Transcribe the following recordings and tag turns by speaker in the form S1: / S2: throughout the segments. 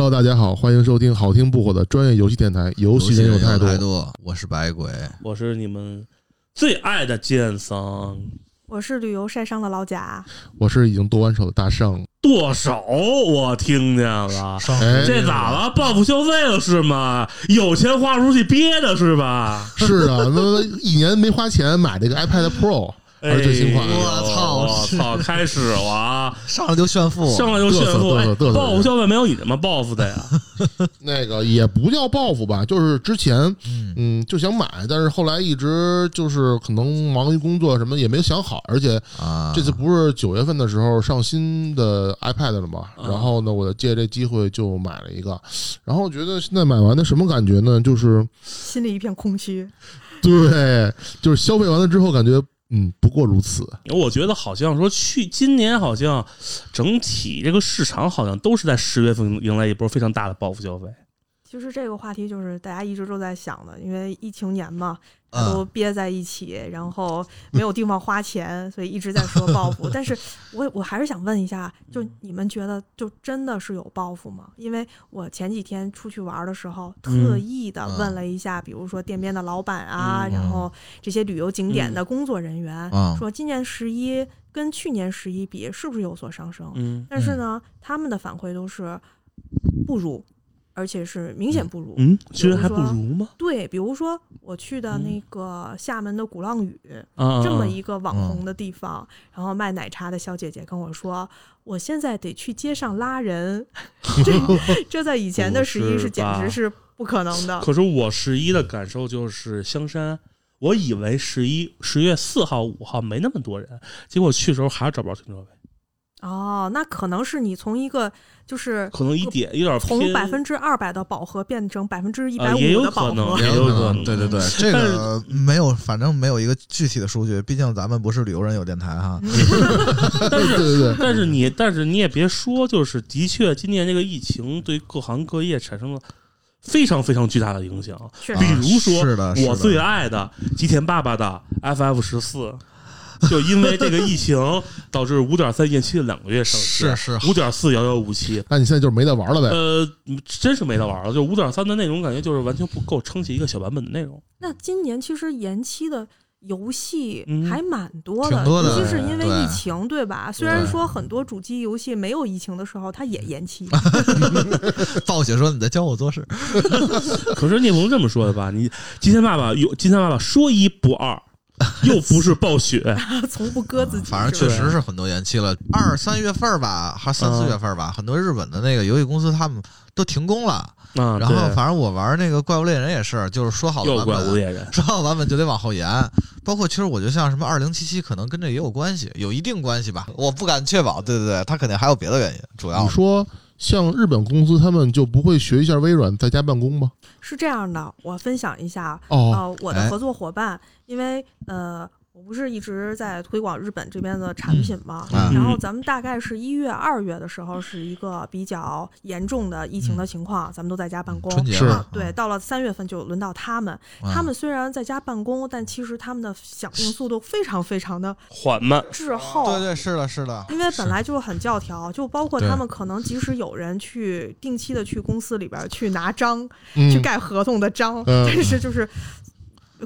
S1: Hello，大家好，欢迎收听好听不火的专业游戏电台《游戏人有
S2: 有
S1: 态度》。
S2: 度，我是白鬼。
S3: 我是你们最爱的剑桑
S4: 我是旅游晒伤的老贾，
S1: 我是已经剁完手的大圣。
S3: 剁手，我听见了。
S1: 哎，
S3: 这咋了？报复消费了是吗？有钱花不出去憋的是 吧？
S1: 是啊，那那一年没花钱买这个 iPad Pro，还是最新款
S3: 哎呦
S2: 我操
S3: 我操！开始了啊！
S2: 上来就炫富，
S3: 上来就炫富，
S1: 嘚瑟嘚瑟
S3: 哎
S1: 嘚瑟
S3: 报复消费没有你他妈报复的呀！
S1: 那个也不叫报复吧，就是之前
S2: 嗯，
S1: 嗯就想买，但是后来一直就是可能忙于工作什么也没有想好，而且
S2: 啊，
S1: 这次不是九月份的时候上新的 iPad 了嘛，
S3: 啊
S1: 然后呢，我就借这机会就买了一个，然后觉得现在买完的什么感觉呢？就是
S4: 心里一片空虚。
S1: 对，就是消费完了之后感觉嗯不过如此，
S3: 我觉得好像说去今年好像整体这个市场好像都是在十月份迎来一波非常大的报复消费。
S4: 其实这个话题就是大家一直都在想的，因为疫情年嘛，大家都
S2: 嗯，
S4: 憋在一起，然后没有地方花钱，所以一直在说报 复。但是我我还是想问一下，就
S3: 嗯
S4: 你们觉得就真的是有报复吗？因为我前几天出去玩的时候，
S3: 嗯
S4: 特意的
S2: 啊
S4: 问了一下，比如说店边的老板啊，
S3: 嗯
S4: 然后这些旅游景点的工作人员，
S2: 嗯
S4: 说今年十一跟去年十一比，是不是有所上升？
S3: 嗯
S4: 但是呢，他们的反馈都是不如，而且是明显不如。
S3: 嗯，居然还不如吗？
S4: 对，比如说我去的
S3: 嗯
S4: 那个厦门的鼓浪屿，
S3: 啊，
S4: 这么一个网红的地方，然后卖奶茶的小姐姐跟我说，我现在得去街上拉人， 这这在以前的
S3: 不
S4: 十一
S3: 是
S4: 是简
S3: 吧
S4: 直是不可能的。
S3: 可是我十一的感受就是香山，我以为十一十月四号、五号没那么多人，结果去的时候还是找不着停车位，
S4: 哦，那可能是你从一个就是
S3: 可能一点有点
S4: 从
S3: 偏
S4: 百分之二百的饱和变成百分之一百
S3: 啊也有
S4: 五的
S3: 可
S4: 饱
S3: 能
S4: 和，
S3: 也有可能
S2: 对对对，这个没有，反正没有一个具体的数据，毕竟咱们不是旅游人有电台哈。
S3: 嗯
S1: 对对对，
S3: 但是你，但是你也别说，就是的确，今年这个疫情对各行各业产生了非常非常巨大的影响。
S4: 确
S2: 啊
S3: 比
S4: 实。
S3: 如说，
S2: 是的是的
S3: 我最爱的吉田爸爸的 FF 十四，就因为这个疫情导致五点三延期了两个月上 市，
S2: 是
S3: 五点四遥遥无期。
S1: 那你现在就是没得玩了呗？
S3: 呃，真是没得玩了。就五点三的内容，感觉就是完全不够撑起一个小版本的内容。
S4: 那今年其实延期的游戏
S3: 嗯
S4: 还蛮多
S2: 挺
S4: 的，
S2: 多的
S4: 尤其是因为
S2: 对
S4: 疫情，对吧？虽然说很多主机游戏没有疫情的时候，它也延期。
S2: 造姐说你在教我做事，
S3: 可是你也不能这么说的吧？你今天爸爸有今天爸爸说一不二，又不是 暴雪，
S4: 从不割自己。
S2: 嗯反正确
S4: 是吧
S2: 实是很多延期了，二三月份儿吧，还是三四月份儿
S3: 嗯
S2: 吧，很多日本的那个游戏公司他们都停工了。
S3: 啊，
S2: 然后
S3: 对
S2: 反正我玩那个怪物猎人也是，就是说好的
S3: 又
S2: 版
S3: 怪
S2: 本
S3: 物猎人。
S2: 说到版本就得往后延，包括其实我觉得像什么二零七七，可能跟这也有关系，有一定关系吧，我不敢确保，对对对，它肯定还有别的原因，主要
S1: 你说像日本公司他们就不会学一下微软在家办公吗？
S4: 是这样的，我分享一下，
S1: 哦，
S4: 呃，我
S2: 哎
S4: 的合作伙伴，因为呃，我不是一直在推广日本这边的产品嘛，
S2: 嗯
S4: 然后
S3: 嗯
S4: 咱们大概是一月、二月的时候是一个比较严重的疫情
S3: 嗯
S4: 的情况，咱们都在家办
S2: 嗯
S4: 公。
S2: 春节
S1: 是
S2: 嘛
S4: 啊，对，，到了三月份就轮到他们。
S2: 嗯
S4: 他们虽然在家办公，但其实他们的响应速度非常非常的
S3: 缓慢，
S4: 滞后。
S2: 对对是的，是的，
S4: 因为本来就很教条，就包括
S2: 对
S4: 他们可能即使有人去定期的去公司里边去拿章，去
S1: 嗯，
S4: 盖合同的章，
S1: 嗯
S4: 但是就是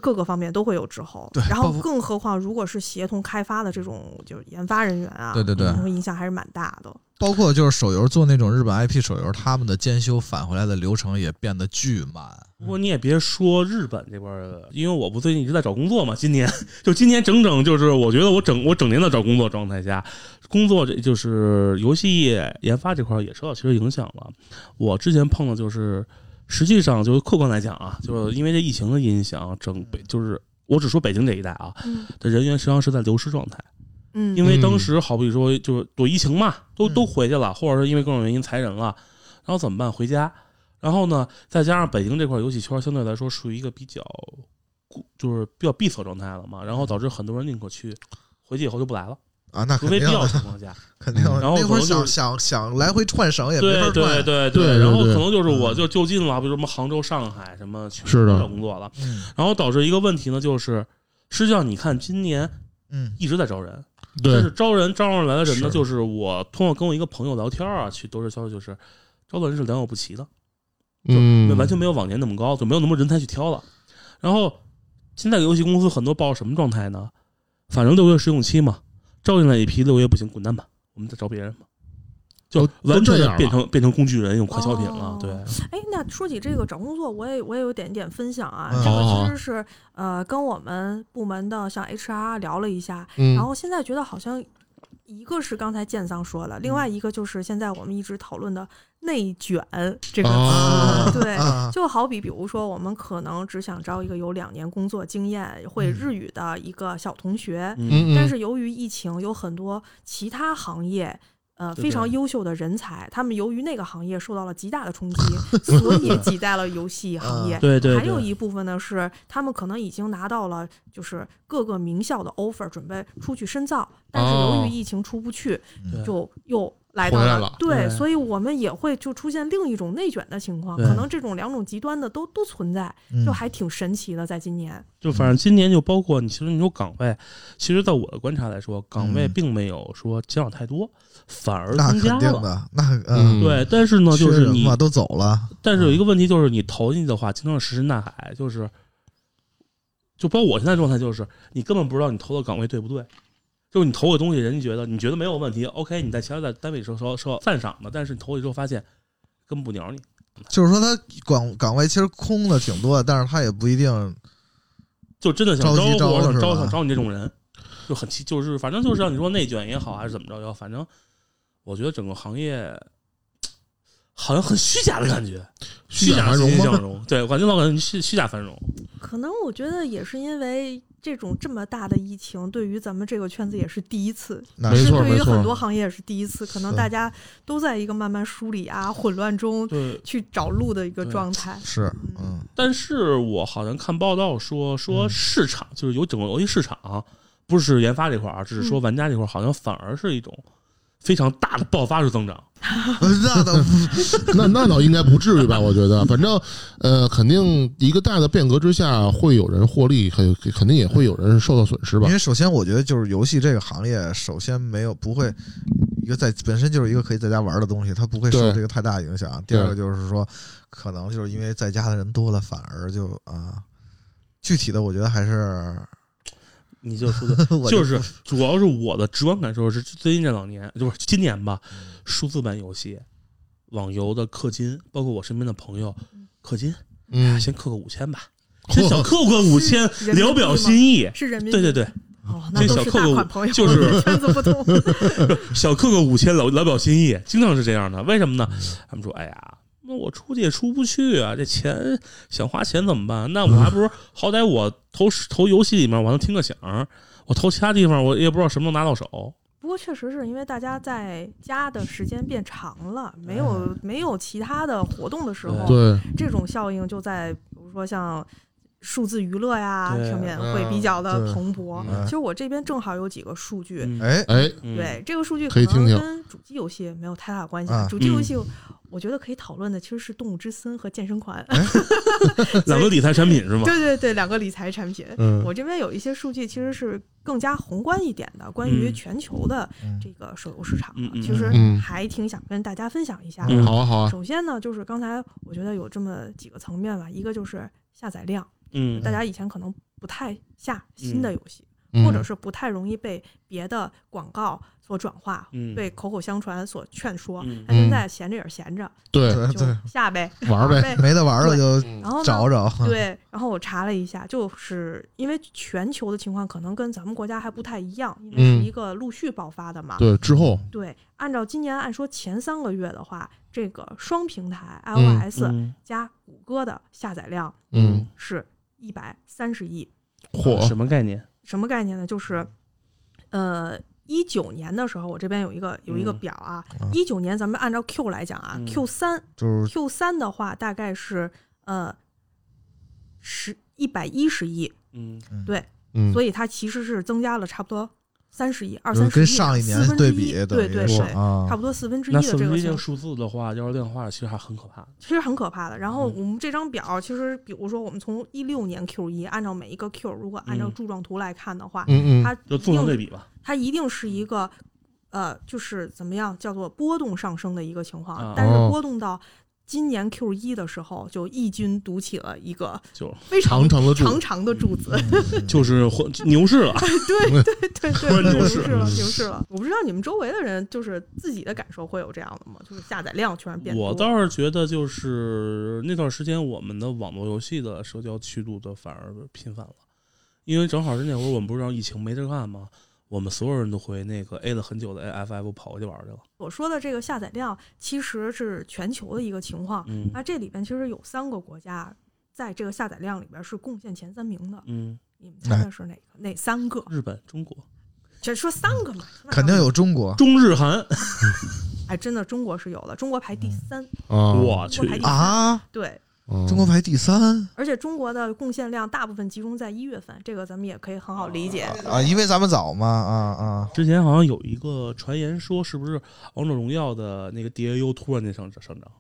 S4: 各个方面都会有滞后
S2: 对。
S4: 然
S2: 包
S4: 后
S2: 括
S4: 更何况如果是协同开发的这种就是研发人员啊，
S2: 对对对
S4: 可能会影响还是蛮大的。
S2: 包括就是手游做那种日本 IP 手游，他们的监修返回来的流程也变得巨慢，
S3: 不过你也别说日本这边儿的，因为我不最近一直在找工作嘛，今年就今年整整就是我觉得我整我整年的找工作状态下，工作这就是游戏业研发这块儿也受到其实影响了。我之前碰到就是，实际上就是客观来讲啊，就是因为这疫情的影响，整北就是我只说北京这一带啊
S4: 嗯
S3: 的人员实际上是在流失状态。
S4: 嗯，
S3: 因为当时好比说就是躲疫情嘛，都都回去了，或者是因为各种原因裁人了，然后怎么办？回家，然后呢，再加上北京这块游戏圈相对来说属于一个比较固，就是比较闭塞状态了嘛，然后导致很多人宁可去回去以后就不来了，
S2: 啊，那肯
S3: 除非
S2: 定
S3: 必要情况下。
S2: 肯定，
S3: 然后
S2: 那会
S3: 可
S2: 儿
S3: 能就
S2: 想
S3: 是
S2: 想想来回串省也没法
S3: 对对
S2: 串，
S3: 对
S1: 对
S3: 然后
S1: 对
S3: 可能就是我就就近了，比如什么杭州、上海什么去
S1: 是的
S3: 找工作了，
S2: 嗯
S3: 然后导致一个问题呢，就是实际上你看今年
S2: 嗯
S3: 一直在招人，就
S1: 对
S3: 是，招人招上来的人呢，
S2: 是
S3: 就是我通过跟我一个朋友聊天啊，去都是消息，就是招到人是良莠不齐的，
S1: 嗯，
S3: 完全没有往年那么高，就没有那么多人才去挑了。然后现在游戏公司很多抱着什么状态呢？反正六个月试用期嘛，招进来一批，六个月不行滚蛋吧，我们再招别人吧。就
S1: 都
S3: 完全
S1: 都这
S3: 地
S1: 样了
S3: 变成变成工具人，用快消品了
S4: 哦。
S3: 对，
S4: 哎，那说起这个找工作，我也我也有点点分享啊。
S2: 嗯
S4: 这
S1: 好
S4: 个
S1: 好
S4: 其实是呃跟我们部门的像 HR 聊了一下，
S1: 嗯，
S4: 然后现在觉得好像一个是刚才建桑说的，另外一个就是现在我们一直讨论的内卷这个词，
S1: 哦
S4: 对。
S2: 啊，
S4: 就好比，比如说，我们可能只想招一个有两年工作经验、会日语的一个小同学，
S3: 嗯，
S1: 嗯，嗯
S4: 但是由于疫情，有很多其他行业。呃，
S3: 对
S4: 非常
S3: 对
S4: 优秀的人才，他们由于那个行业受到了极大的冲击，所 以挤在了游戏行业。
S3: 啊对对
S4: 还有
S3: 对
S4: 一部分呢是他们可能已经拿到了就是各个名校的 offer，准备出去深造，但是由
S1: 哦
S4: 于疫情出不去，
S2: 嗯
S3: 对
S4: 就又来到
S1: 回来了
S4: 对，
S3: 对
S4: 所以我们也会就出现另一种内卷的情况，
S3: 对
S4: 可能这种两种极端的都都存在，
S2: 嗯
S4: 就还挺神奇的，在今年。
S3: 就反正今年就包括你，其实你说岗位，其实在我的观察来说，岗位
S2: 嗯
S3: 并没有说减少太多，反而
S2: 那
S3: 增
S2: 肯
S3: 加
S2: 定
S3: 了。
S2: 的，那嗯，
S1: 嗯
S3: 对，但是呢，就
S2: 缺
S3: 是
S2: 人
S3: 你
S2: 嘛嗯都走了，
S3: 但是有一个问题就是，你投进去的话，经常是石沉大海，就是，就包括我现在状态，就是你根本不知道你投的岗位对不对。就是你投个东西，人家觉得你觉得没有问题，OK，你在其他的单位受受受赞赏的，但是你投了之后发现根本不鸟你。
S2: 就是说他岗岗位其实空的挺多的，但是他也不一定
S3: 就真的想
S2: 着
S3: 招
S2: 急招
S3: 呼我，
S2: 了
S3: 想
S2: 是
S3: 招
S2: 吧
S3: 想招你这种人，就很奇，就是反正就是让你说内卷也好，还是怎么着也好，反正我觉得整个行业好像很虚假的感觉，
S1: 虚假繁
S3: 的
S1: 荣
S3: 欣欣
S1: 吗
S3: 向荣，对，感觉老感觉虚虚假繁荣，
S4: 可能我觉得也是因为这种这么大的疫情，对于咱们这个圈子也是第一次，
S2: 那
S1: 没
S4: 其实
S1: 错
S4: 对于
S1: 没错
S4: 很多行业也是第一次，可能
S2: 是
S4: 大家都在一个慢慢梳理啊、混乱中
S3: 对。
S4: 去找路的一个
S3: 对
S4: 状态。
S2: 是嗯
S3: 但是我好像看报道说，说
S2: 嗯
S3: 市场、就是有整个游戏市场，不是研发这块儿啊，只是说玩家这块儿，好像反而是一种非常大的爆发式增长。
S2: 嗯 呃 那倒
S1: 那那倒应该不至于吧？我觉得，反正呃，肯定一个大的变革之下，会有人获利，肯肯定也会有人受到损失吧
S2: 因？为首先我觉得就是游戏这个行业，首先没有不会一个在本身就是一个可以在家玩的东西，它不会受
S1: 对
S2: 这个太大影响。第
S1: 对
S2: 二个就是说，可能就是因为在家的人多了，反而就啊，具体的我觉得还 是
S3: 你就说的
S2: 我
S3: 就是主要是我的直观感受是，最近这两年就是今年吧，数字版游戏、网游的氪金，包括我身边的朋友氪金，
S1: 嗯，
S3: 先氪个五千 吧，
S1: 嚯
S3: 先小氪个五 千，
S4: 是
S3: 聊表心意。
S4: 是人民币
S3: 对对对，
S4: 哦，
S3: 这
S4: 那都
S3: 小
S4: 是
S3: 客
S4: 大
S3: 户
S4: 款朋友，
S3: 就是
S4: 圈子 不同。
S3: 小氪个五千，聊聊表心意，经常是这样的。为什么呢？他们说，哎呀。那我出去也出不去啊，这钱想花钱怎么办？那我还不如好歹我投投游戏里面我还能听个响儿，我投其他地方我也不知道什么能拿到手。
S4: 不过确实是因为大家在家的时间变长了，没有没有其他的活动的时候，
S1: 嗯对，
S4: 这种效应就在比如说像数字娱乐呀
S3: 对
S4: 上面会比较的蓬勃。
S1: 嗯
S4: 其实我这边正好有几个数据，
S3: 嗯，
S2: 哎
S1: 哎，
S3: 嗯，
S4: 对这个数据
S1: 可
S4: 可
S1: 以
S4: 能
S1: 听听
S4: 跟主机游戏没有太大关系。
S2: 啊
S4: 主机
S3: 嗯
S4: 游戏我觉得可以讨论的其实是《动物之森》和《健身环》
S3: 两个理财产品是吗？
S4: 对对对，两个理财产品。
S1: 嗯
S4: 我这边有一些数据，其实是更加宏观一点的，关于
S3: 嗯
S4: 全球的
S2: 嗯
S4: 这个手游市场
S3: 嗯
S4: 啊，
S3: 嗯
S4: 其实
S1: 嗯
S4: 还挺想跟大家分享一下的。
S3: 嗯
S1: 好啊好啊，
S4: 首先呢，就是刚才我觉得有这么几个层面吧，一个就是下载量，
S3: 嗯，
S4: 大家以前可能不太下新的游戏，
S1: 嗯
S4: 或者是不太容易被别的广告所转化，
S3: 嗯
S4: 被口口相传所劝说。
S3: 嗯
S4: 那现在闲着也是闲着，
S1: 对，
S2: 对
S4: 就
S2: 对，
S4: 下呗，
S1: 玩儿
S4: 玩
S1: 呗，
S4: 呗。
S2: 没得玩了就
S3: 嗯
S4: 然后呢
S2: 找找。
S4: 对，然后我查了一下，就是因为全球的情况可能跟咱们国家还不太一样，因为
S1: 嗯
S4: 是一个陆续爆发的嘛。
S1: 对，之后
S4: 对，按照今年按说前三个月的话，这个双平台
S1: 嗯
S4: iOS
S3: 嗯
S4: 加谷歌的下载量
S1: 嗯，
S4: 是一百三十亿，
S1: 嚯，
S3: 什么概念？
S4: 什么概念呢？就是，
S2: 嗯
S4: 呃，一九年的时候，我这边有一个有一个
S3: 嗯
S4: 表啊
S2: 啊，
S4: 一九、年咱们按照 Q 来讲啊、
S3: 嗯
S4: q 三
S2: 就是。
S4: Q 三的话大概是呃十一百一十亿，
S3: 嗯，
S1: 嗯
S4: 所，以它其实是增加了差不多三十亿、二
S2: 就是
S4: 三十亿
S2: 跟
S4: 啊，
S2: 上一
S4: 四
S2: 年
S4: 分之
S2: 对
S4: 一
S2: 比，等
S4: 对
S2: 于
S4: 对
S2: 是
S4: 对，
S2: 啊
S4: 差，不多四分之一
S3: 那
S4: 的
S3: 四
S4: 这
S3: 分
S4: 个
S3: 之一这
S4: 情
S3: 个数字的话，要是量化，其实还很可怕的。
S4: 其实很可怕的。然后
S3: 嗯
S4: 我们这张表，其实比如说我们从一六年 Q 一，按照每一个 Q，如果按照
S3: 嗯
S4: 柱状图来看的话，
S1: 嗯嗯，
S4: 它
S3: 就
S4: 一
S3: 纵向对
S4: 定
S3: 比吧，
S4: 它一定是一个呃，就是怎么样叫做波动上升的一个情况，
S3: 啊
S4: 但是
S1: 哦
S4: 波动到今年 Q 一的时候，就一军独起了一个
S3: 就
S4: 非常
S1: 长长的柱，嗯
S4: 长长的柱子，
S2: 嗯
S3: 就是混牛市了，
S4: 对对 对
S3: 突
S4: 对，
S3: 然
S4: 牛
S3: 牛市
S4: 市
S1: 嗯
S4: 了，牛市了。我不知道你们周围的人就是自己的感受会有这样的吗？就是下载量突然变多，
S3: 我倒是觉得，就是那段时间我们的网络游戏的社交去路的反而频繁了，因为正好是那会儿我们不是让疫情没地儿干吗？我们所有人都回那个 A 了很久的 AFF 跑过去玩去了。
S4: 我说的这个下载量其实是全球的一个情况。
S3: 嗯
S4: 那这里边其实有三个国家在这个下载量里边是贡献前三名的，
S3: 嗯，
S4: 你们
S1: 哎
S4: 猜猜是哪个？哪三个？
S3: 日本、中国、
S4: 这说三个嘛，
S2: 肯定。有中 国
S3: 中日韩，
S4: 哎，真的，中国是有的，中国排第三，
S1: 啊，
S3: 我嗯去
S4: 中国，排第三。
S2: 啊，
S4: 对，
S1: 嗯
S2: 中国排第三
S4: 而且中国的贡献量大部分集中在一月份，这个咱们也可以很好理解。
S3: 哦
S2: 啊，因为咱们早嘛啊啊，
S3: 之前好像有一个传言说，是不是王者荣耀的那个 DAU 突然间上上涨？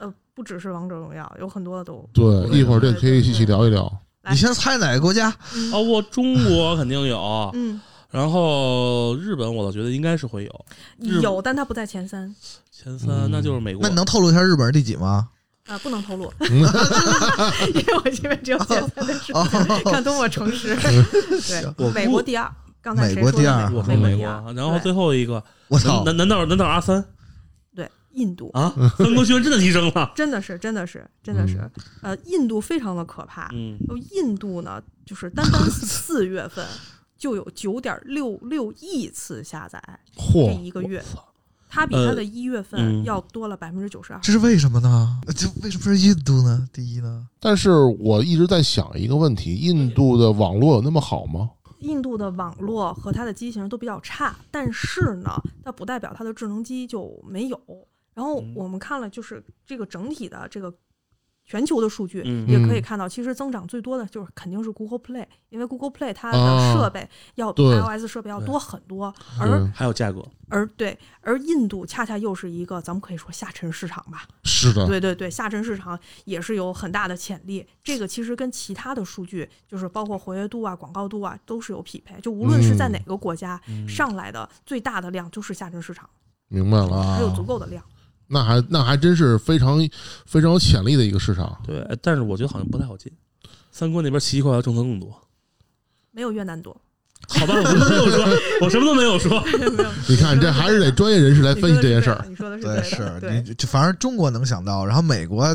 S4: 呃，不只是王者荣耀，有很多的都
S1: 对，一会儿这可以细细聊一聊。
S4: 来
S2: 你先猜哪个国家？
S3: 哦，我中国肯定有，
S4: 嗯
S3: 然后日本我倒觉得应该是会有日
S4: 嗯有，但它不在前三
S3: 前三，那就是美国。
S2: 那你能透露一下日本是第几 吗？
S4: 啊、不能 透露，因为我这边只有前三的事
S2: 哦，
S4: 看多么 诚实。对，美国第二，刚才谁
S2: 美国
S4: 说
S2: 第二
S4: 的
S3: 啊我
S4: 国
S3: 说
S4: 美国
S3: 美
S4: 第
S3: 国啊
S4: 二，，
S3: 然后
S4: 对
S3: 最后一个，
S2: 我
S3: 难
S2: 操！
S3: 难难道难道阿三
S4: 对印度。
S3: 啊？ 三哥居然真的提升了，
S4: 真的是，真的是，真的是，呃，印度非常的可怕。
S3: 嗯，
S4: 呃印度呢，就是单单 四月份就有九点六六亿次下载，这
S1: 嚯，
S4: 一个月
S3: 我操，
S4: 它比它的一月份
S3: 嗯
S4: 要多了百分之九十二。
S2: 这是为什么呢？这为什么是印度呢？第一呢？
S1: 但是我一直在想一个问题：印度的网络有那么好吗？
S4: 印度的网络和它的机型都比较差，但是呢，它不代表它的智能机就没有。然后
S3: 嗯
S4: 我们看了，就是这个整体的这个全球的数据，
S3: 嗯
S4: 也可以看到，其实增长最多的就是肯定是 Google Play，因为 Google Play 它的
S3: 哦
S1: 啊
S4: 设备要比
S1: 对
S4: iOS 设备要多很多，而
S1: 嗯，
S3: 还有价格，
S4: 而对，而印度恰恰又是一个咱们可以说下沉市场吧，
S1: 是的，
S4: 对对对，下沉市场也是有很大的潜力。这个其实跟其他的数据，就是包括活跃度啊、广告度啊，都是有匹配。就无论
S1: 嗯
S4: 是在哪个国家、
S3: 嗯
S4: 上来的最大的量，就是下沉市场，
S1: 明白了。
S4: 还有足够的量。
S1: 那还那还真是非常非常有潜力的一个市场。
S3: 对，哎但是我觉得好像不太好进。三哥那边奇奇怪怪政策更多，
S4: 没有越南多，
S3: 好吧，我什么都没有说，我什么都没有说。
S4: 没有没有
S1: 你看，这还是得专业人士来分析这件事儿。。
S4: 你说的是
S2: 对，
S4: 对
S2: 是
S4: 的，对
S2: 你就反正中国能想到，然后美国，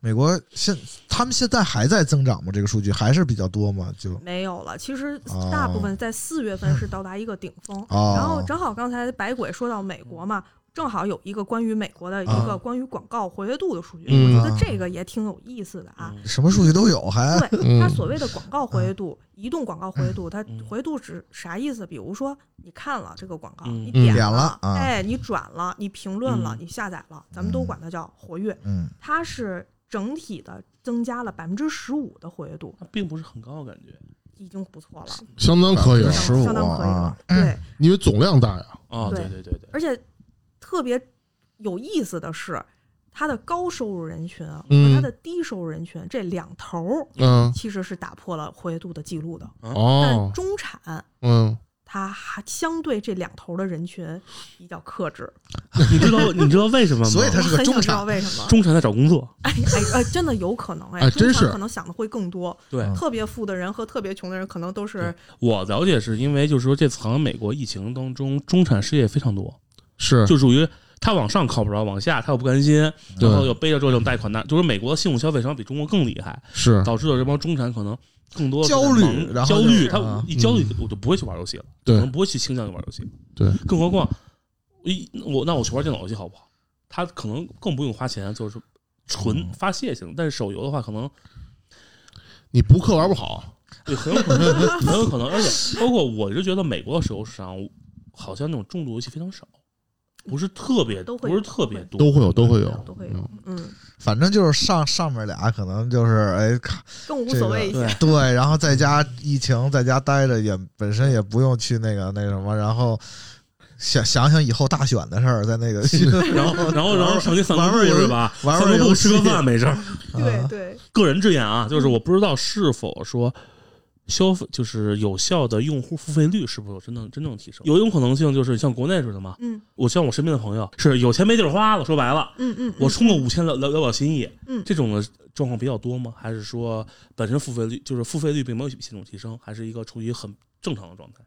S2: 美国现他们现在还在增长吗？这个数据还是比较多吗？就
S4: 没有了。其实
S1: 哦
S4: 大部分在四月份是到达一个顶峰，
S2: 哦
S4: 然后正好刚才百鬼说到美国嘛，正好有一个关于美国的一个关于广告活跃度的数据，
S1: 嗯
S4: 我觉得这个也挺有意思的啊。
S3: 嗯
S2: 什么数据都有，还
S4: 对，
S1: 嗯
S4: 它所谓的广告活跃度，移动广告活跃度，它
S3: 嗯
S4: 活跃度指啥意思？比如说你看了这个广告，
S3: 嗯
S4: 你点
S2: 点
S4: 了
S2: 了，啊
S4: 哎，你转了，你评论了，
S3: 嗯
S4: 你下载了，咱们都管它叫活跃，
S2: 嗯，
S4: 它是整体的增加了百分之十五的活跃度，
S3: 它并不是很高，感觉
S4: 已经不错了，
S1: 相当可以了，
S2: 15
S4: 相当可以了
S2: 啊。
S4: 对，
S1: 因为总量大呀。
S3: 啊，
S4: 对
S3: 对对对对，
S4: 而且特别有意思的是，它的高收入人群啊和
S1: 嗯
S4: 它的低收入人群这两头儿
S1: 嗯，
S4: 其实是打破了活跃度的记录的，但
S1: 哦，
S4: 中产。
S1: 嗯，
S4: 它还相对这两头的人群比较克制，
S3: 你知道你知道为什么吗？
S2: 所以它
S4: 我
S2: 是个
S4: 很想
S2: 中
S4: 知道
S2: 产，
S4: 为什么。
S3: 中产在找工作，
S4: 哎哎呃，真的有可能哎，
S1: 哎
S4: 中
S1: 真
S4: 产
S1: 是
S4: 可能想的会更多。
S3: 对
S4: 特别富的人和特别穷的人可能都是
S3: 我了解是因为就是说这次好像美国疫情当中中产失业非常多，
S1: 是，
S3: 就属于他往上靠不着，往下他又不甘心，然后
S1: 对
S3: 又背着这种贷款那，就是美国的信用消费商比中国更厉害，
S1: 是，
S3: 导致了这帮中产可能更多
S2: 焦虑
S3: 是忙
S2: 然后
S3: 焦
S2: 就是
S3: 虑，他
S2: 啊
S3: 一焦虑
S1: 嗯
S3: 我就不会去玩游戏了，可
S1: 对
S3: 能不会去倾向于玩游戏，
S1: 对，
S3: 更何况一我那我去玩电脑游戏好不好？他可能更不用花钱，就是纯发泄性，但是手游的话可能
S1: 你补课玩不好，
S3: 对，很有可能，很有可能。而且包括我就觉得美国的手游市场好像那种重度游戏非常少，不是特别，
S4: 都会
S3: 不是特别多，
S1: 都会有，都会有，
S4: 都会有，嗯，
S2: 反正就是上上面俩可能就是哎看
S4: 更无所谓一
S3: 对
S4: 些。，
S2: 对，然后在家疫情在家待着也本身也不用去那个那什么，然后想想想以后大选的事儿，在那个
S3: 然后然后然后上街散
S2: 玩
S3: 个
S2: 玩
S3: 步
S2: 游
S3: 是吧？
S2: 玩玩
S3: 散个步
S2: 游戏
S3: 吃个饭没事儿。
S4: 对对，
S3: 个人之言啊，就是我不知道是否说消费就是有效的用户付费率是否有真正真正提升？有一种可能性就是像国内似的嘛，
S4: 嗯
S3: 我像我身边的朋友是有钱没地儿花了，说白了，
S4: 嗯嗯，
S3: 我
S4: 嗯
S3: 充个五千了了了表心意，
S4: 嗯
S3: 这种的状况比较多吗？还是说本身付费率就是付费率并没有显著提升，还是一个处于很正常的状态？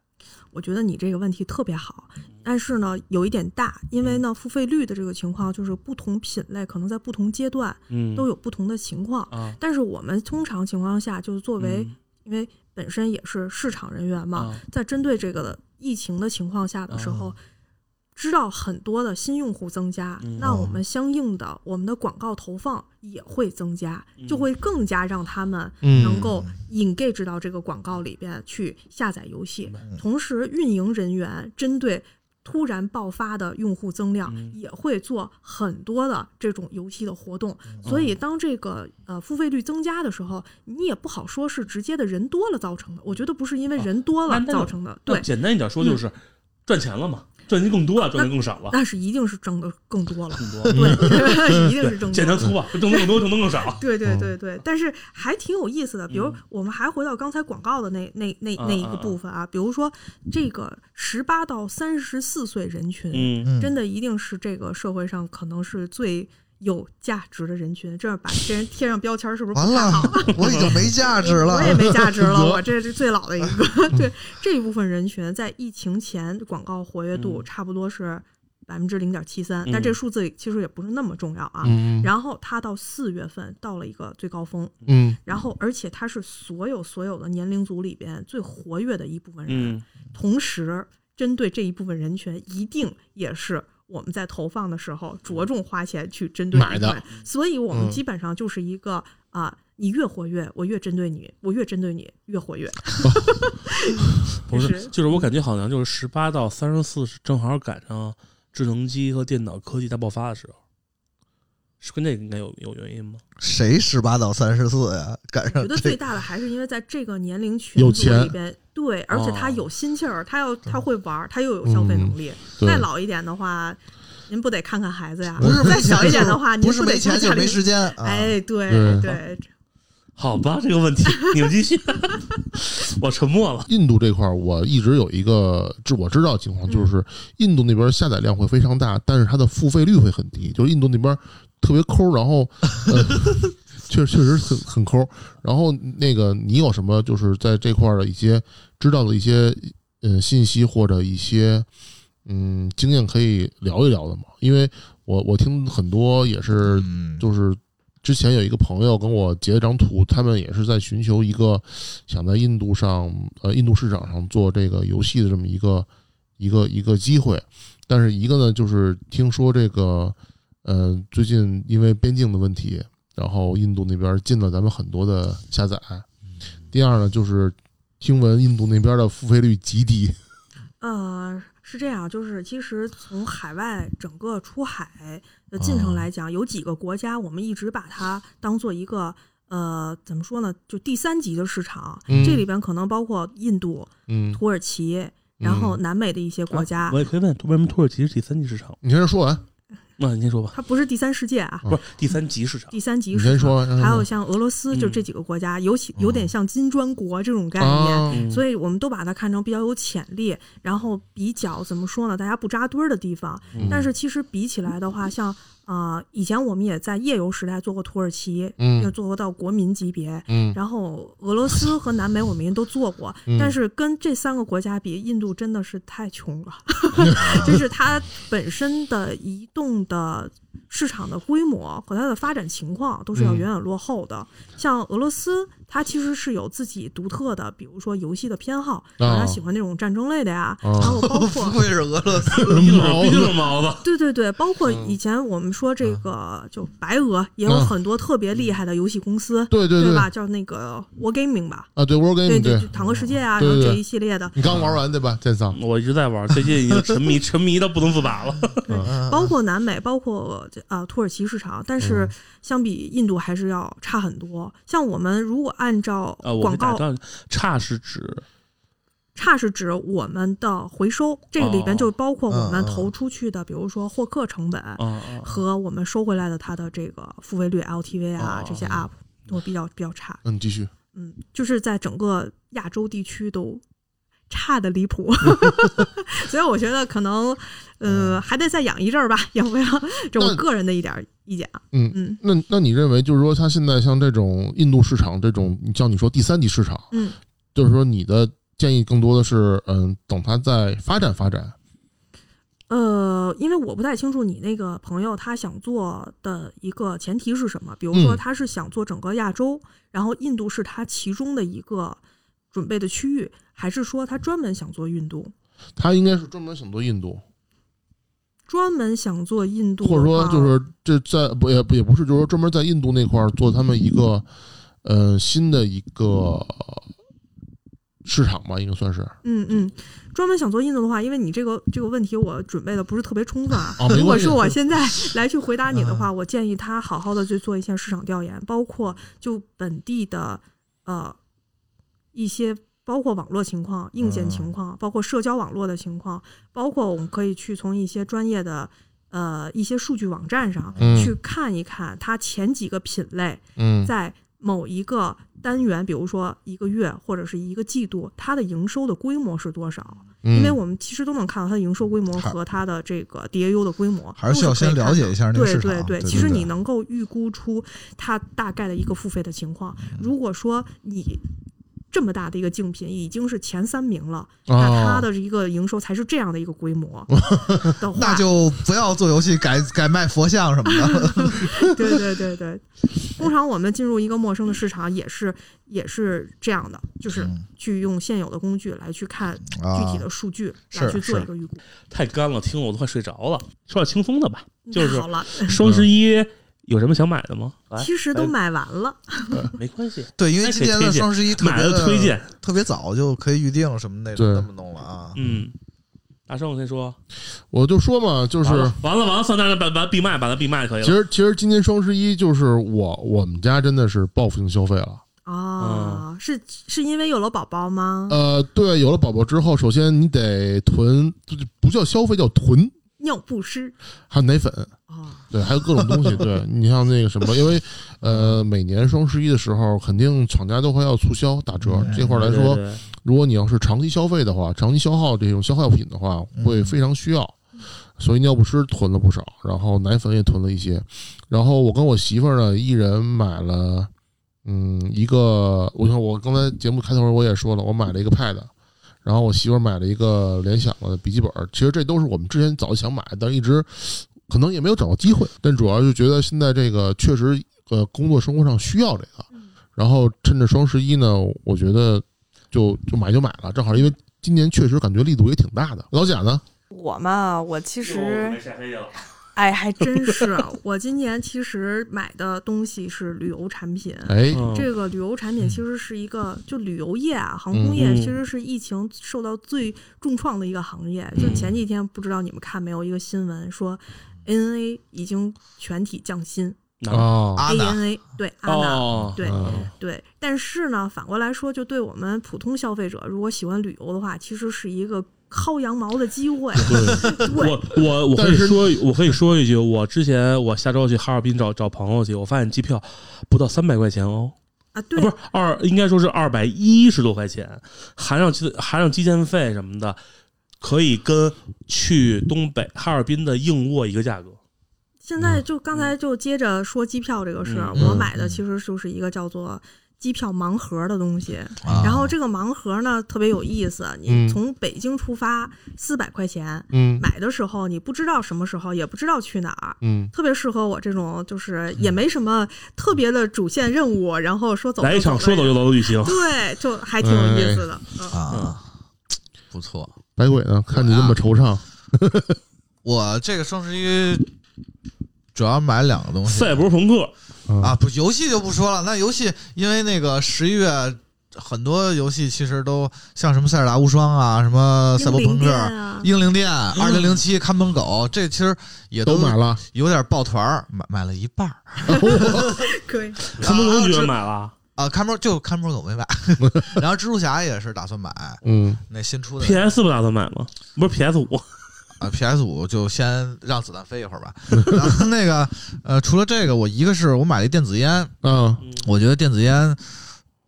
S4: 我觉得你这个问题特别好，
S3: 嗯
S4: 但是呢，有一点大，因为呢，付费率的这个情况就是不同品类可能在不同阶段
S3: 嗯，
S4: 都有不同的情况。
S3: 啊，
S4: 但是我们通常情况下，就是作为
S3: 嗯
S4: 因为本身也是市场人员嘛，
S3: 啊
S4: 在针对这个疫情的情况下的时候
S3: 啊，
S4: 知道很多的新用户增加
S3: 嗯，
S4: 那我们相应的我们的广告投放也会增加，就
S3: 嗯
S4: 会更加让他们
S1: 嗯
S4: 能够 engage 到这个广告里边去下载游戏
S3: 明白。
S4: 同时，运营人员针对突然爆发的用户增量
S3: 嗯，
S4: 也会做很多的这种游戏的活动。
S3: 嗯
S4: 所以，当这个呃付费率增加的时候，你也不好说是直接的人多了造成的。我觉得不是因为
S3: 啊
S4: 人多
S3: 那
S4: 了
S3: 那就
S4: 造成的，
S3: 那
S4: 对，嗯
S3: 简单一点说就是赚钱了嘛，赚钱更多了，赚钱更少了，
S4: 那是一定是挣的更多 了，
S3: 更多了，
S4: 对，一定 是挣
S3: 简
S4: 多
S3: 单
S4: 了。
S3: 粗暴，挣得更多，挣得更少。
S4: 对对对对，但是还挺有意思的。比如
S3: 嗯，
S4: 我们还回到刚才广告的那那那
S3: 啊
S4: 那一
S3: 啊
S4: 个
S3: 啊
S4: 部分啊，比如说这个十八到三十四岁人群，
S3: 嗯，
S2: 嗯
S4: 真的一定是这个社会上可能是最有价值的人群。这样把这人贴上标签儿是不是
S2: 完
S4: 不太
S2: 了
S4: 好？，
S2: 我已经没价值了
S4: 我。也没价值
S1: 自
S4: 了，
S1: 责
S4: 我这是最老的一个。对这一部分人群，在疫情前广告活跃度
S3: 嗯
S4: 差不多是百分之零点七三，
S3: 嗯
S4: 但这数字其实也不是那么重要啊。
S1: 嗯
S4: 然后它到四月份到了一个最高峰，
S1: 嗯
S4: 然后而且它是所有所有的年龄组里边最活跃的一部分人。
S3: 嗯
S4: 同时，针对这一部分人群，一定也是我们在投放的时候着重花钱去针对
S1: 买的
S4: 一部分所以我们
S1: 嗯
S4: 基本上就是一个啊、你越活跃，我越针对你，我越针对你，越 活跃。
S3: 不，
S4: 就是是
S3: 就是我感觉好像就是十八到三十四是正好赶上智能机和电脑科技大爆发的时候，是跟这个应该有有原因吗？
S2: 谁十八到三十四呀？赶
S4: 我
S2: 上
S4: 觉得最
S2: 这
S4: 大的还是因为在这个年龄
S1: 嗯
S4: 群
S1: 有
S4: 组里
S1: 钱嗯
S4: 边，对，而且他
S3: 哦
S4: 有心气儿，他要他会玩儿，他又有消费能力。
S1: 对
S4: 再老一点的话，您不得看看孩子呀？
S2: 不是
S4: 再小一点的话，您
S2: 不是
S4: 得
S2: 没
S4: 从
S2: 钱就
S4: 家
S2: 是
S4: 里
S2: 没时间啊。
S4: 哎，对
S1: 对
S4: 对，
S3: 好吧，这个问题你们继续， 我沉默了。
S1: 印度这块儿，我一直有一个知我知道情况，就是印度那边下载量会非常大，但是它的付费率会很低，就是印度那边特别抠，然后呃， 确确实很很抠。然后那个你有什么就是在这块儿的一些知道的一些嗯信息或者一些嗯经验可以聊一聊的吗？因为我我听很多也是
S2: 嗯，
S1: 就是之前有一个朋友跟我截了张图，他们也是在寻求一个想在印度上呃印度市场上做这个游戏的这么一个一个一个机会，但是一个呢就是听说这个呃最近因为边境的问题，然后印度那边禁了咱们很多的下载，第二呢就是听闻印度那边的付费率极低，
S4: 呃，是这样，就是其实从海外整个出海的进程来讲，有几个国家我们一直把它当做一个呃，怎么说呢，就第三级的市场，
S1: 嗯
S4: 这里边可能包括印度、
S1: 嗯，
S4: 土耳其，然后
S1: 嗯
S4: 南美的一些国家。
S3: 我也可以问，为什么土耳其是第三级市场？
S1: 你先说完，
S3: 那您说吧，
S4: 它不是第三世界啊，
S1: 嗯
S3: 不是第三级市场
S4: 第三级
S1: 你
S4: 市
S1: 先
S4: 场。
S1: 说完，
S4: 还有像俄罗斯，就
S3: 嗯
S4: 这几个国家，尤其有点像金砖国这种概念。
S1: 啊，
S3: 嗯
S4: 所以我们都把它看成比较有潜力，然后比较怎么说呢？大家不扎堆儿的地方。
S1: 嗯
S4: 但是其实比起来的话，像呃，以前我们也在夜游时代做过土耳其，也
S1: 嗯
S4: 做过到国民级别。
S1: 嗯
S4: 然后俄罗斯和南美我们也都做过，
S1: 嗯
S4: 但是跟这三个国家比，印度真的是太 穷了，就是它本身的移动的市场的规模和它的发展情况都是要
S1: 嗯
S4: 远远落后的。像俄罗斯，它其实是有自己独特的，比如说游戏的偏好，然后
S1: 哦
S4: 它喜欢那种战争类的呀，
S1: 哦
S4: 然后包括
S2: 不 愧是俄罗斯，
S3: 毕竟
S1: 毛
S3: 是毕竟是毛子，
S4: 对对对，包括
S1: 嗯
S4: 以前我们说这个就白俄也有
S1: 嗯
S4: 很多特别厉害的游戏公司，
S1: 对对
S4: 对吧？叫那个 Wargaming 吧，
S1: 啊，对 Wargame
S4: 对
S1: 对
S4: 就，坦克世界啊，
S1: 对
S4: 然
S1: 对
S4: 后
S1: 对
S4: 这一系列的，
S1: 你刚玩完对吧，剑桑？
S3: 嗯我一直在玩，最近已经沉迷 沉迷到不能自拔了。
S1: 嗯
S4: 包括南美，包括这啊、土耳其市场，但是相比印度还是要差很多。像我们如果按照
S3: 啊，我
S4: 广
S3: 被打
S4: 告
S3: 断了，差是指
S4: 差是指我们的回收，这个里边就包括我们
S2: 嗯嗯
S4: 投出去的，比如说获客成本
S3: 啊啊，
S4: 和我们收回来的它的这个付费率 LTV 啊
S3: 哦
S4: 这些 UP 都比较比较差。
S1: 嗯，继续。
S4: 嗯，就是在整个亚洲地区都差的离谱， 所以我觉得可能呃还得再养一阵儿吧，养 不了。这我
S1: 嗯那
S4: 个人的一点儿意见啊，
S1: 嗯
S4: 嗯
S1: 那那你认为就是说，它现在像这种印度市场这种，你像你说第三级市场，
S4: 嗯，
S1: 就是说你的建议更多的是，嗯，等它再发展发展，
S4: 呃，因为我不太清楚你那个朋友他想做的一个前提是什么，比如说
S1: 嗯
S4: 他是想做整个亚洲，然后印度是他其中的一个准备的区域，还是说他专门想做印度？
S1: 它应该是专门想做印度，
S4: 专门想做印度的
S1: 或
S4: 话，
S1: 者说就是这在不也不也不是，就是说专门在印度那块儿做他们一个，呃，新的一个市场吧，应该算是啊，
S4: 嗯嗯，专门想做印度的话，因为你这个这个问题我准备的不是特别充分啊。
S1: 没
S4: 如果
S1: 关系
S4: 是我现在来去回答你的话，我建议他好好的去做一下市场调研，包括就本地的呃一些，包括网络情况、硬件情况，包括社交网络的情况，包括我们可以去从一些专业的呃一些数据网站上
S1: 嗯
S4: 去看一看它前几个品类
S1: 嗯
S4: 在某一个单元，比如说一个月或者是一个季度，它的营收的规模是多少？
S1: 嗯，
S4: 因为我们其实都能看到它的营收规模
S2: 还
S4: 和它的这个 DAU 的规模，
S2: 还是需要先了解一
S4: 下。
S2: 下那个
S4: 对
S2: 市场。啊
S4: 对
S2: 对，
S4: 其实
S2: 对
S4: 你能够预估出它大概的一个付费的情况。
S2: 嗯
S4: 如果说你这么大的一个竞品已经是前三名了，那它
S1: 哦
S4: 的一个营收才是这样的一个 规模的话，
S2: 那就不要做游戏，改改卖佛像什么 的。
S4: 对对对对，通常我们进入一个陌生的市场也是也是这样的，就是
S2: 嗯
S4: 去用现有的工具来去看具
S2: 啊
S4: 体，的数据，来
S2: 是
S4: 去做
S2: 是
S4: 一个预估。
S3: 太干了，听得我都快睡着了。说点轻松的吧，就是
S4: 那好了，
S3: 双十一有什么想买的吗？来，
S4: 其实都买完了，
S3: 没关系，
S2: 对，因为今年的双十一特
S3: 买
S2: 别
S3: 的推荐。
S2: 特别早就可以预定什么那
S1: 对
S2: 那么弄了啊。
S3: 嗯，大圣先说，
S1: 我就说嘛，就是
S3: 完了完了完了，算那把把闭麦，把它闭麦可以
S1: 其
S3: 了。
S1: 实其实今年双十一就是我我们家真的是报复性消费了。
S4: 啊，是是因为有了宝宝吗？
S1: 呃，对，有了宝宝之后，首先你得囤，就不叫消费，叫囤，
S4: 尿不湿
S1: 还有奶粉，
S4: 啊，
S1: 对，还有各种东 西。对你像那个什么，因为呃，每年双十一的时候，肯定厂家都会要促销打折。这块儿来
S3: 对
S1: 说，
S3: 对对
S1: 如果你要是长期消费的话，长期消耗这种消耗品的话，会非常需要。所以尿不湿囤了不少，然后奶粉也囤了一些，然后我跟我媳妇儿呢，一人买了，嗯，一个，我看我刚才节目开头我也说了，我买了一个 Pad，然后我媳妇儿买了一个联想的笔记本，其实这都是我们之前早就想买，但一直可能也没有找到机会，但主要就觉得现在这个确实呃工作生活上需要这个，然后趁着双十一呢，我觉得就就买就买了，正好因为今年确实感觉力度也挺大的。老贾呢，
S5: 我嘛，我其实，
S3: 晒黑去了。
S5: 哎，还真
S4: 真是！哦 我今年其实买的东西是旅游产品。
S1: 哎，
S3: 嗯
S4: 这个旅游产品其实是一个，就旅游业啊，航空业
S3: 嗯
S4: 其实是疫情受到最重创的一个行业。就
S3: 嗯
S4: 前几天不知道你们看没有一个新闻说，ANA 已经全体降薪
S1: 啊
S2: 阿娜
S4: ，ANA 对阿娜。
S3: 哦，
S4: 对
S1: 嗯
S4: 对，但是呢，反过来说，就对我们普通消费者，如果喜欢旅游的话，其实是一个薅羊毛的机会。
S1: 对，
S4: 对，
S3: 我我我可
S1: 但
S3: 以
S1: 是
S3: 说，我可以说一句，我之前我下周去哈尔滨找找朋友去，我发现机票不到三百块钱哦，
S4: 啊，
S3: 啊
S4: 对
S3: 不，是二，应该说是二百一十多块钱，含上机含上基建费什么的，可以跟去东北哈尔滨的硬卧一个价格。
S4: 现在就刚才就接着说机票这个事儿，
S3: 嗯
S4: 我
S1: 嗯
S4: 买的其实就是一个叫做机票盲盒的东西。
S2: 啊，
S4: 然后这个盲盒呢特别有意思，
S1: 嗯
S4: 你从北京出发四百块钱，
S1: 嗯
S4: 买的时候你不知道什么时候，也不知道去哪儿。
S1: 嗯，
S4: 特别适合我这种，就是也没什么特别的主线任务，然后说走就
S3: 来一场
S4: 的
S3: 说走
S4: 人
S3: 就走的旅行，
S4: 对，就还挺有
S2: 哎
S4: 意思的。嗯，
S2: 啊，不错。
S1: 白鬼呢，看你这么惆怅，
S2: 我这个双十一主要买两个东西
S3: 赛博朋克
S1: 嗯
S2: 啊，，不游戏就不说了。那游戏因为那个十一月很多游戏其实都像什么塞尔达无双啊，什么赛博
S4: 英灵
S2: 朋
S4: 殿
S2: 克。
S4: 啊，
S2: 英灵殿、二零零七、看门狗，这其实也
S1: 都买了，
S2: 有点抱团儿，买买了一半儿
S4: 可以，
S3: 看门狗
S2: 啊
S3: 居
S2: 这
S3: 然买了
S2: 啊。看门就看门狗没买， 然后蜘蛛侠也是打算买，
S1: 嗯
S2: 那新出的
S3: ，PS 不打算买吗？不是 PS 五，
S2: 啊，PS 五就先让子弹飞一会儿吧。然后那个呃，除了这个，我一个是我买了一电子烟，
S1: 啊，
S2: 我觉得电子烟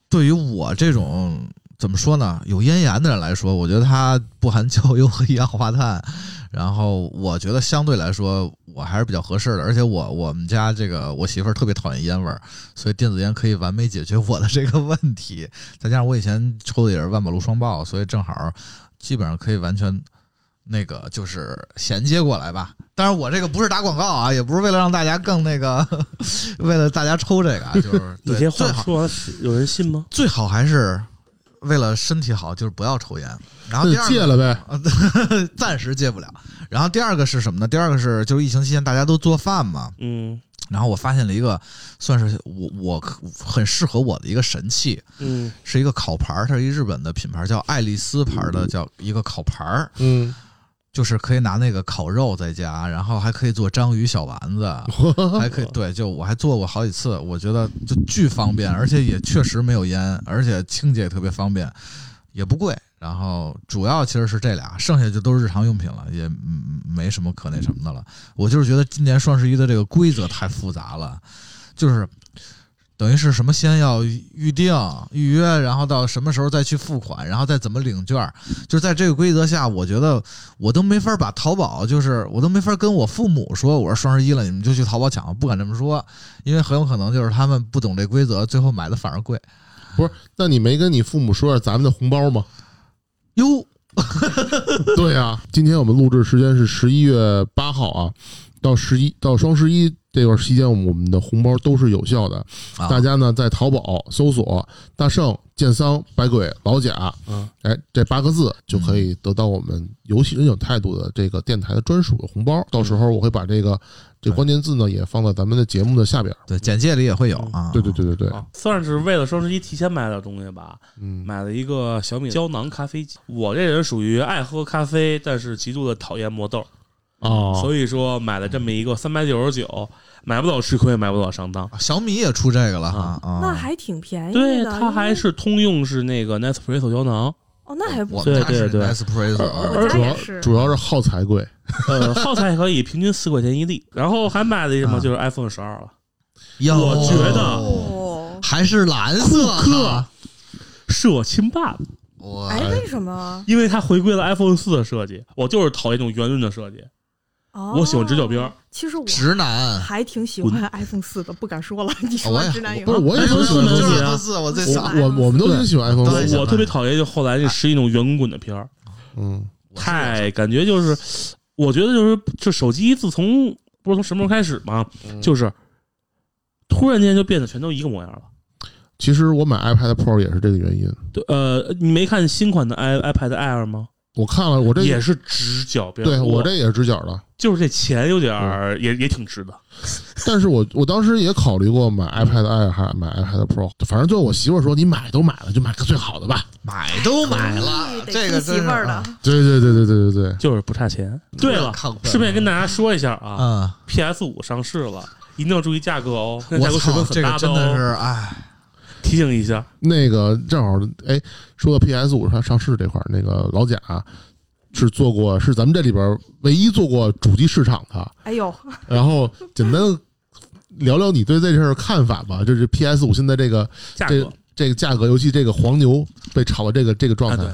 S2: 对于我这种怎么说呢，有咽炎的人来说，我觉得它不含焦油和一氧化碳，然后我觉得相对来说我还是比较合适的。而且我我们家这个我媳妇儿特别讨厌烟味儿，所以电子烟可以完美解决我的这个问题。再加上我以前抽的也是万宝路双爆，所以正好基本上可以完全。那个就是衔接过来吧，当然我这个不是打广告啊，也不是为了让大家更那个， 为了大家抽这个啊，就是
S3: 你
S2: 对
S3: 这
S2: 最
S3: 话
S2: 好
S3: 说完，有人信吗？
S2: 最好还是为了身体好，就是不要抽烟。然后
S1: 那
S2: 第
S1: 就
S2: 二
S1: 戒
S2: 个
S1: 了呗。
S2: 暂时戒不了。然后第二个是什么呢？第二个是就是疫情期间大家都做饭嘛，
S3: 嗯
S2: 然后我发现了一个算是我我可很适合我的一个神器，
S3: 嗯
S2: 是一个烤盘儿，它是一日本的品牌叫爱丽丝牌的，叫一个烤盘儿，
S1: 嗯，
S2: 就是可以拿那个烤肉在家，然后还可以做章鱼小丸子，还可以对，就我还做过好几次，我觉得就巨方便，而且也确实没有烟，而且清洁也特别方便，也不贵。然后主要其实是这俩，剩下就都是日常用品了，也嗯没什么可那什么的了。我就是觉得今年双十一的这个规则太复杂了，就是等于是什么先要预定预约，然后到什么时候再去付款，然后再怎么领券儿，就是在这个规则下，我觉得我都没法把淘宝，就是我都没法跟我父母说，我说双十一了，你们就去淘宝抢，不敢这么说，因为很有可能就是他们不懂这规则，最后买的反而贵。
S1: 那你没跟你父母说下咱们的红包 吗？
S2: 哟，
S1: 对呀、今天我们录制时间是十一月八号啊，到十一到双十一这段期间，我们的红包都是有效的。
S2: 啊
S1: 大家呢在淘宝搜索“大圣”。建桑、百鬼、老贾，
S3: 嗯，
S1: 哎，这八个字就可以得到我们游戏人有态度的这个电台的专属的红包。到时候我会把这个这关键字呢也放在咱们的节目的下边。
S2: 对，简介里也会有啊。
S1: 对对，对对对，
S3: 啊，算是为了双十一提前买点东西吧。
S1: 嗯，
S3: 买了一个小米胶囊咖啡机。我这人属于爱喝咖啡，但是极度的讨厌磨豆，
S1: 哦，
S3: 所以说买了这么一个三百九十九，买不了吃亏，买不了上当。
S2: 小米也出这个了哈啊。
S4: 那还挺便宜的。
S3: 对，它
S4: 因为
S3: 还是通用是那个 Nespresso 胶囊，
S4: 哦，那还不
S2: 我
S4: 错
S2: 们家是
S3: 对对对
S2: Nespresso，啊
S4: 我
S1: 主
S4: 家也
S1: 要
S4: 是。
S1: 主要是耗材贵。
S3: 呃，耗材可以平均四块钱一粒。然后还买了一什么，
S2: 啊
S3: 就是 iPhone 十二了。
S2: 哟
S3: 我觉得
S4: 哦，
S2: 还是蓝色啊
S3: 库
S2: 哈
S3: 克。是我亲爸爸，
S2: 我
S4: 哎，为什么？
S3: 因为它回归了 iPhone 四的设计。我就是讨厌这种圆润的设计，
S4: 哦，
S3: 我喜欢直角边儿。
S4: 其实我
S2: 直男。
S4: 还挺喜欢 iPhone 四的，不敢说了。你说
S2: 哦我也
S4: 完直男以
S1: 不是，
S4: 后，
S1: 我也
S2: 哎
S1: 很喜欢
S3: 我
S1: 东
S3: 也
S1: 西
S2: 就是 iPhone 四，我最喜
S3: 东西啊
S4: 我喜
S2: 欢
S4: 欢。
S1: 我我们都挺喜欢
S2: 对
S3: 我
S1: iPhone
S2: 想
S1: 的。
S3: 我
S2: 买
S3: 特别讨厌就后来这十一种圆滚滚的片儿，
S1: 嗯，
S3: 太感觉就是，我觉得就是这手机自从不是从什么时候开始嘛，就是突然间就变得全都一个模样了。
S1: 其实我买 iPad Pro 也是这个原因。
S3: 对，呃，你没看新款的 i iPad Air 吗？
S1: 我看了，我这
S3: 也是直角边儿。
S1: 对我
S3: 我
S1: 这也是直角的，
S3: 就是这钱有点儿也也挺值的。
S1: 但是我我当时也考虑过买 iPad Air 还是买 iPad Pro，反正最后我媳妇儿说你买都买了，就买个最好的吧。
S2: 买都买
S4: 哎
S2: 了，
S4: 得
S2: 这
S4: 听
S2: 个
S4: 媳
S2: 真是
S4: 妇儿的
S2: 啊。
S1: 对对对对对对对，
S3: 就是不差钱。对了，
S2: 亢奋
S3: 顺便跟大家说一下啊
S2: 嗯，
S3: ，PS 五上市了，一定要注意价格哦，那价格
S2: 我
S3: 水
S2: 操
S3: 分，
S2: 这
S3: 很
S2: 个
S3: 大
S2: 真的是
S3: 哦，
S2: 哎，
S3: 提醒一下。
S1: 那个正好哎，说到 PS 五上上市这块儿，那个老贾是做过是咱们这里边儿唯一做过主机市场的，
S4: 哎呦，
S1: 然后简单地聊聊你对这事儿看法吧，就是 PS 五现在这个
S3: 价
S1: 这
S3: 格
S1: 这个价格，尤其这个黄牛被炒的这个这个状
S3: 啊，
S1: 态
S3: 对，，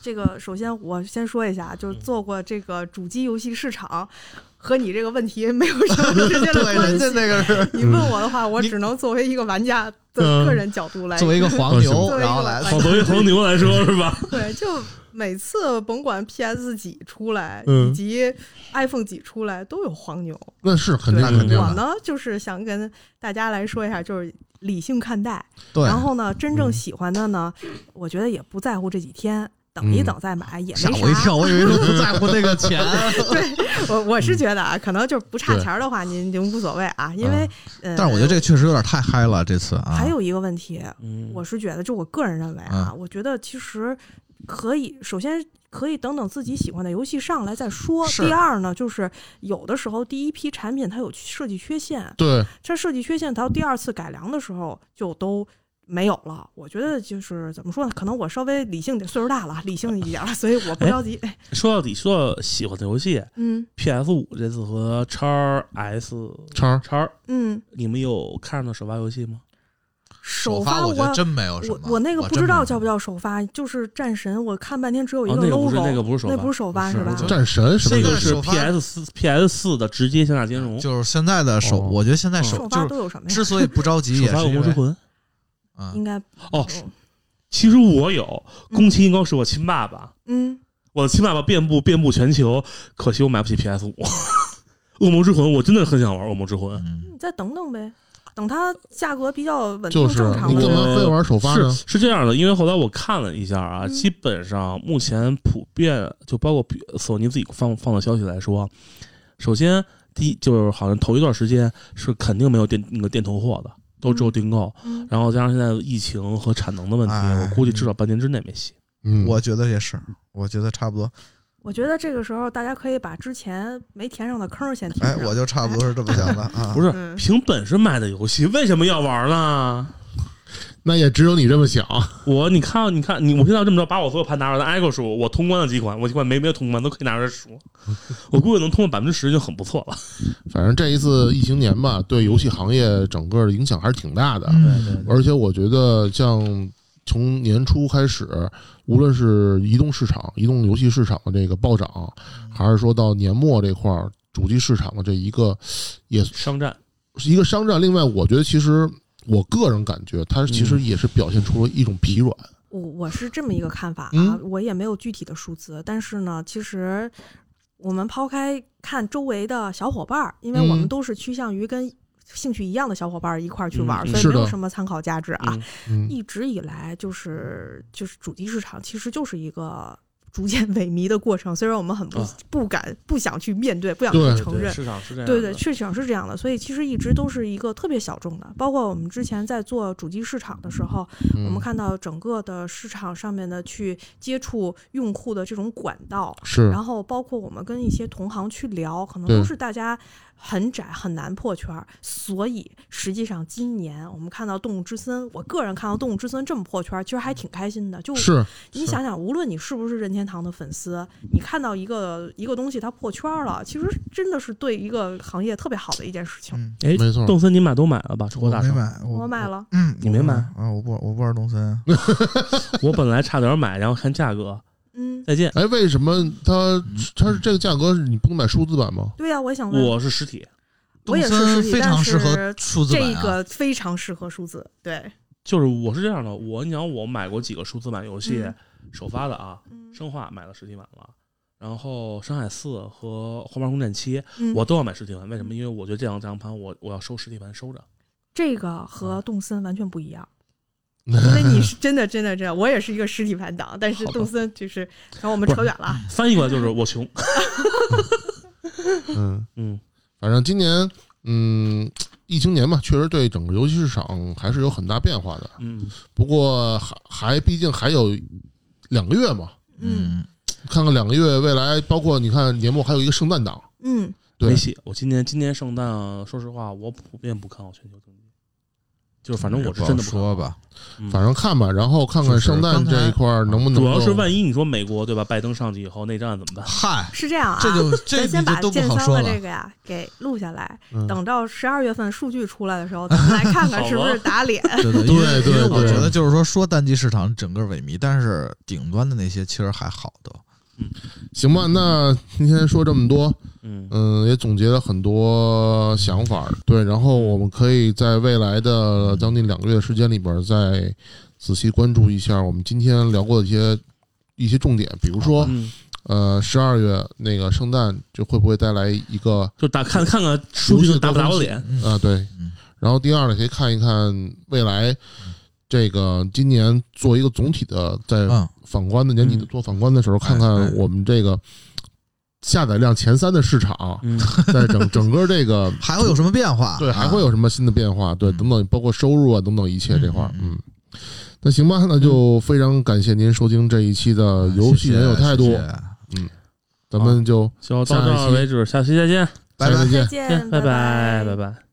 S4: 这个首先我先说一下，啊就是做过这个主机游戏市场，和你这个问题没有什么直接的
S2: 对，
S4: 关
S2: 人家
S4: 系。
S2: 那个是
S4: 你问我的话，我
S2: 你
S4: 只能作为一个玩家
S1: 嗯
S4: 的个人角度来
S2: 作为一个黄
S1: 作
S2: 牛，
S4: 为一个
S2: 然后来
S4: 黄
S3: 好，作为黄牛来说是吧？
S4: 对，就每次甭管 PS 几出来，
S1: 嗯
S4: 以及 iPhone 几出来，都有黄牛。
S1: 那是肯定
S4: 对
S1: 肯定
S4: 我
S1: 的，
S4: 呢，就是想跟大家来说一下，就是理性看待。
S2: 对
S4: 然后呢，真正喜欢的呢，我觉得也不在乎这几天，等一等再买也没
S2: 嗯吓
S4: 啥。
S2: 我一跳，我以为都不在乎那个 钱。
S4: 我我
S2: 嗯
S4: 是觉得啊，可能就是不差
S1: 对
S4: 钱儿的话，您您无所谓啊，因为呃，
S2: 但是我觉得这个确实有点太嗨了，这次啊，
S4: 还有一个问题，
S3: 嗯
S4: 我是觉得，就我个人认为啊，
S2: 嗯
S4: 我觉得其实可以，首先可以等等自己喜欢的游戏上来再说。
S2: 是
S4: 第二呢，就是有的时候第一批产品它有设计缺陷，啊
S1: 对，
S4: 这设计缺陷到第二次改良的时候就都。没有了，我觉得就是怎么说呢？可能我稍微理性点，岁数大了，理性一点了， 所以我不
S3: 哎
S4: 着急。哎
S3: 说到底，说到喜欢的游戏
S4: 嗯
S3: ，PS 五这次和 x S
S1: 叉儿
S3: 叉，
S4: 嗯，
S3: 你们有看上的首发游戏吗？
S4: 首
S2: 发
S4: 我
S2: 我觉得真没有什
S4: 我
S2: 么，
S4: 我那个不
S2: 真
S4: 知道
S2: 没
S4: 叫不叫首发，就是战神，我看半天只有一
S3: 哦那个不
S4: logo，
S3: 是那个不是首发
S4: 那不是首发
S2: 不是
S4: 吧
S2: 我觉？得
S1: 战神什么
S3: 这
S1: 游
S3: 个
S1: 戏
S3: 是
S2: 首发
S3: PS 四 PS 四的直接向下兼容
S2: 有，就是现在的手，
S1: 哦
S2: 我觉得现
S3: 嗯
S2: 在手
S4: 首
S2: 就
S4: 发
S2: 是
S4: 都有什么呀？
S2: 之所以不 着急，
S3: 首
S2: 也
S3: 发
S2: 是
S3: 有
S2: 因
S3: 魔之
S2: 为
S3: 魂。
S2: 嗯，
S4: 应该
S3: 哦，其实我有，宫崎英高是我亲爸爸，
S4: 嗯，
S3: 我的亲爸爸遍布遍布全球，可惜我买不起 PS 五。 恶魔之魂，我真的很想玩恶魔之魂。
S2: 嗯
S4: 你再等等呗，等它价格比较稳定
S1: 就是
S4: 正常
S1: 你
S4: 了
S1: 干
S4: 就
S1: 嘛非玩首发
S3: 是
S1: 呢？
S3: 是这样的，因为后来我看了一下啊，
S4: 嗯
S3: 基本上目前普遍就包括比索尼自己放放的消息来说，首先第一就是好像头一段时间是肯定没有店那个店头货的，都只有订购，
S4: 嗯
S3: 然后加上现在疫情和产能的问题，
S2: 哎
S3: 我估计至少半年之内没戏。
S1: 嗯，
S2: 我觉得也是，我觉得差不多。
S4: 我觉得这个时候大家可以把之前没填上的坑儿先填
S2: 哎，
S4: 上。
S2: 我就差不多是这么想的啊。
S3: 不是
S4: 嗯
S3: 凭本事买的游戏，为什么要玩呢？
S1: 那也只有你这么想。
S3: 我你看，你看你，我现在这么着，把我所有盘拿出来，Echo 数，我通关了几款，我几款没没有通关都可以拿出来数， 我估计能通过百分之十就很不错了。
S1: 反正这一次疫情年吧，对游戏行业整个的影响还是挺大的。
S2: 嗯，
S1: 而且我觉得，像从年初开始，无论是移动市场、移动游戏市场的这个暴涨，还是说到年末这块儿主机市场的这一个也
S3: 商战，
S1: 是一个商战。另外，我觉得其实我个人感觉，它其实也是表现出了一种疲软。
S4: 我我是这么一个看法啊，
S1: 嗯
S4: 我也没有具体的数字，但是呢，其实我们抛开看周围的小伙伴儿，因为我们
S1: 嗯
S4: 都是趋向于跟兴趣一样的小伙伴儿一块儿去
S3: 嗯
S4: 玩儿，
S3: 嗯
S4: 所以
S1: 是
S4: 没有
S1: 的
S4: 什么参考价值啊。
S3: 嗯
S1: 嗯，
S4: 一直以来就是就是主机市场其实就是一个逐渐萎靡的过程，虽然我们很不、
S3: 啊
S4: 不敢不想去面对，不想
S1: 对
S4: 去承认，
S3: 市场是这样
S4: 对对，市场是这样的，所以其实一直都是一个特别小众的。包括我们之前在做主机市场的时候，我们
S1: 嗯
S4: 看到整个的市场上面的去接触用户的这种管道，
S2: 嗯
S1: 是
S4: 然后包括我们跟一些同行去聊，可能
S1: 对
S4: 都是大家很窄很难破圈儿。所以实际上今年我们看到《动物之森》，我个人看到《动物之森》这么破圈儿，其实还挺开心的。就是你想想，无论你是不是任天堂的粉丝，你看到一个一个东西它破圈儿了，其实真的是对一个行业特别好的一件事情。
S2: 嗯
S3: 哎，
S1: 没错。
S3: 动森你买都买了吧？中国
S2: 我
S3: 大
S2: 没
S3: 赏，
S2: 买，
S4: 我买。了，
S2: 嗯，
S3: 你没买
S2: 啊？我不，我不玩东森啊。
S3: 我本来差点买，然后看价格，
S4: 嗯，
S3: 再见。
S1: 哎，为什么它它是这个价格？你不能买数字版吗？
S4: 对呀、 我也想问，
S3: 我是实体，
S4: 我也
S2: 东森
S4: 是实体
S2: 非
S4: 但
S2: 常适合
S4: 是
S2: 数字版
S4: 这
S2: 啊
S4: 个非常适合数字，对，
S3: 就是我是这样的，我你想我买过几个数字版游戏，
S4: 嗯
S3: 首发的啊，
S4: 嗯
S3: 生化买了实体版了，然后深海四和花瓣空战七，
S4: 嗯
S3: 我都要买实体版，为什么？因为我觉得这两张盘我我要收实体盘收着。
S4: 这个
S2: 嗯
S4: 和动森完全不一 样。
S1: 嗯
S4: 因为你是真的真的真的，我也是一个实体盘党，但是
S3: 好吧
S4: 动森就是，然后我们
S3: 不是
S4: 扯远了啊。
S3: 翻译过来就是我 穷。
S1: 嗯。
S3: 嗯，
S1: 反正今年，嗯，疫情年嘛，确实对整个游戏市场还是有很大变化的。
S3: 嗯，
S1: 不过还还毕竟还有两个月嘛，
S4: 嗯
S2: 嗯，
S1: 看看两个月未来，包括你看年末还有一个圣诞档，
S4: 嗯，
S1: 对
S3: 没戏。我今年今年圣诞啊，说实话，我普遍不看好全球经济，就是反正我是真
S2: 不
S3: 的
S2: 好
S3: 不看
S2: 说
S3: 好。
S2: 吧。
S3: 嗯
S1: 反正看吧，然后看看
S2: 就是
S1: 圣诞
S2: 刚才
S1: 这一块儿能不能
S3: 主要是
S1: 够
S3: 万一你说美国对吧，拜登上去以后内战怎么办？
S2: 嗨，
S4: 是这样啊。
S2: 这就这
S4: 咱先
S2: 你就
S4: 把
S2: 都不
S4: 剑
S2: 好
S4: 三
S2: 说
S4: 的
S2: 了
S4: 这。个呀给录下来，
S1: 嗯
S4: 等到十二月份数据出来的时候，咱们来看看
S2: 啊
S3: 好
S4: 是不
S3: 吧
S4: 是打脸。
S2: 对对
S1: 对
S2: 因为
S1: 对
S2: 因为我
S3: 对
S2: 觉得就是说说淡季市场整个萎靡，但是顶端的那些其实还好的。
S1: 行吧？那今天说这么多，
S3: 嗯，
S1: 嗯，也总结了很多想法儿，对，然后我们可以在未来的将近两个月的时间里边儿，再仔细关注一下我们今天聊过的一些一些重点，比如说，
S3: 嗯，
S1: 呃，十二月那个圣诞就会不会带来一个
S3: 就打看看看数据打不打我脸。
S2: 嗯
S1: 啊、对
S2: 嗯，
S1: 然后第二呢，可以看一看未来这个今年做一个总体的在
S2: 嗯，
S1: 反观的年底
S3: 嗯
S1: 做反观的时候，看
S2: 哎哎
S1: 看我们这个下载量前三的市 场，
S3: 嗯，
S1: 在整整个这个。
S2: 还会有什么变化？
S1: 对，
S2: 啊
S1: 还会有什么新的变化？对，
S2: 嗯
S1: 等等，包括收入啊，等等一切这块儿，
S2: 嗯嗯嗯
S1: 嗯。那行吧，那就非常感谢您收听这一期的《游戏人有态度》，
S2: 啊谢谢啊
S1: 咱们就
S3: 就到这
S1: 下一
S3: 儿
S1: 期
S3: 为止，下期再见，
S2: 拜拜
S1: 下期再见
S4: 再见，
S3: 拜
S4: 拜
S3: 拜拜。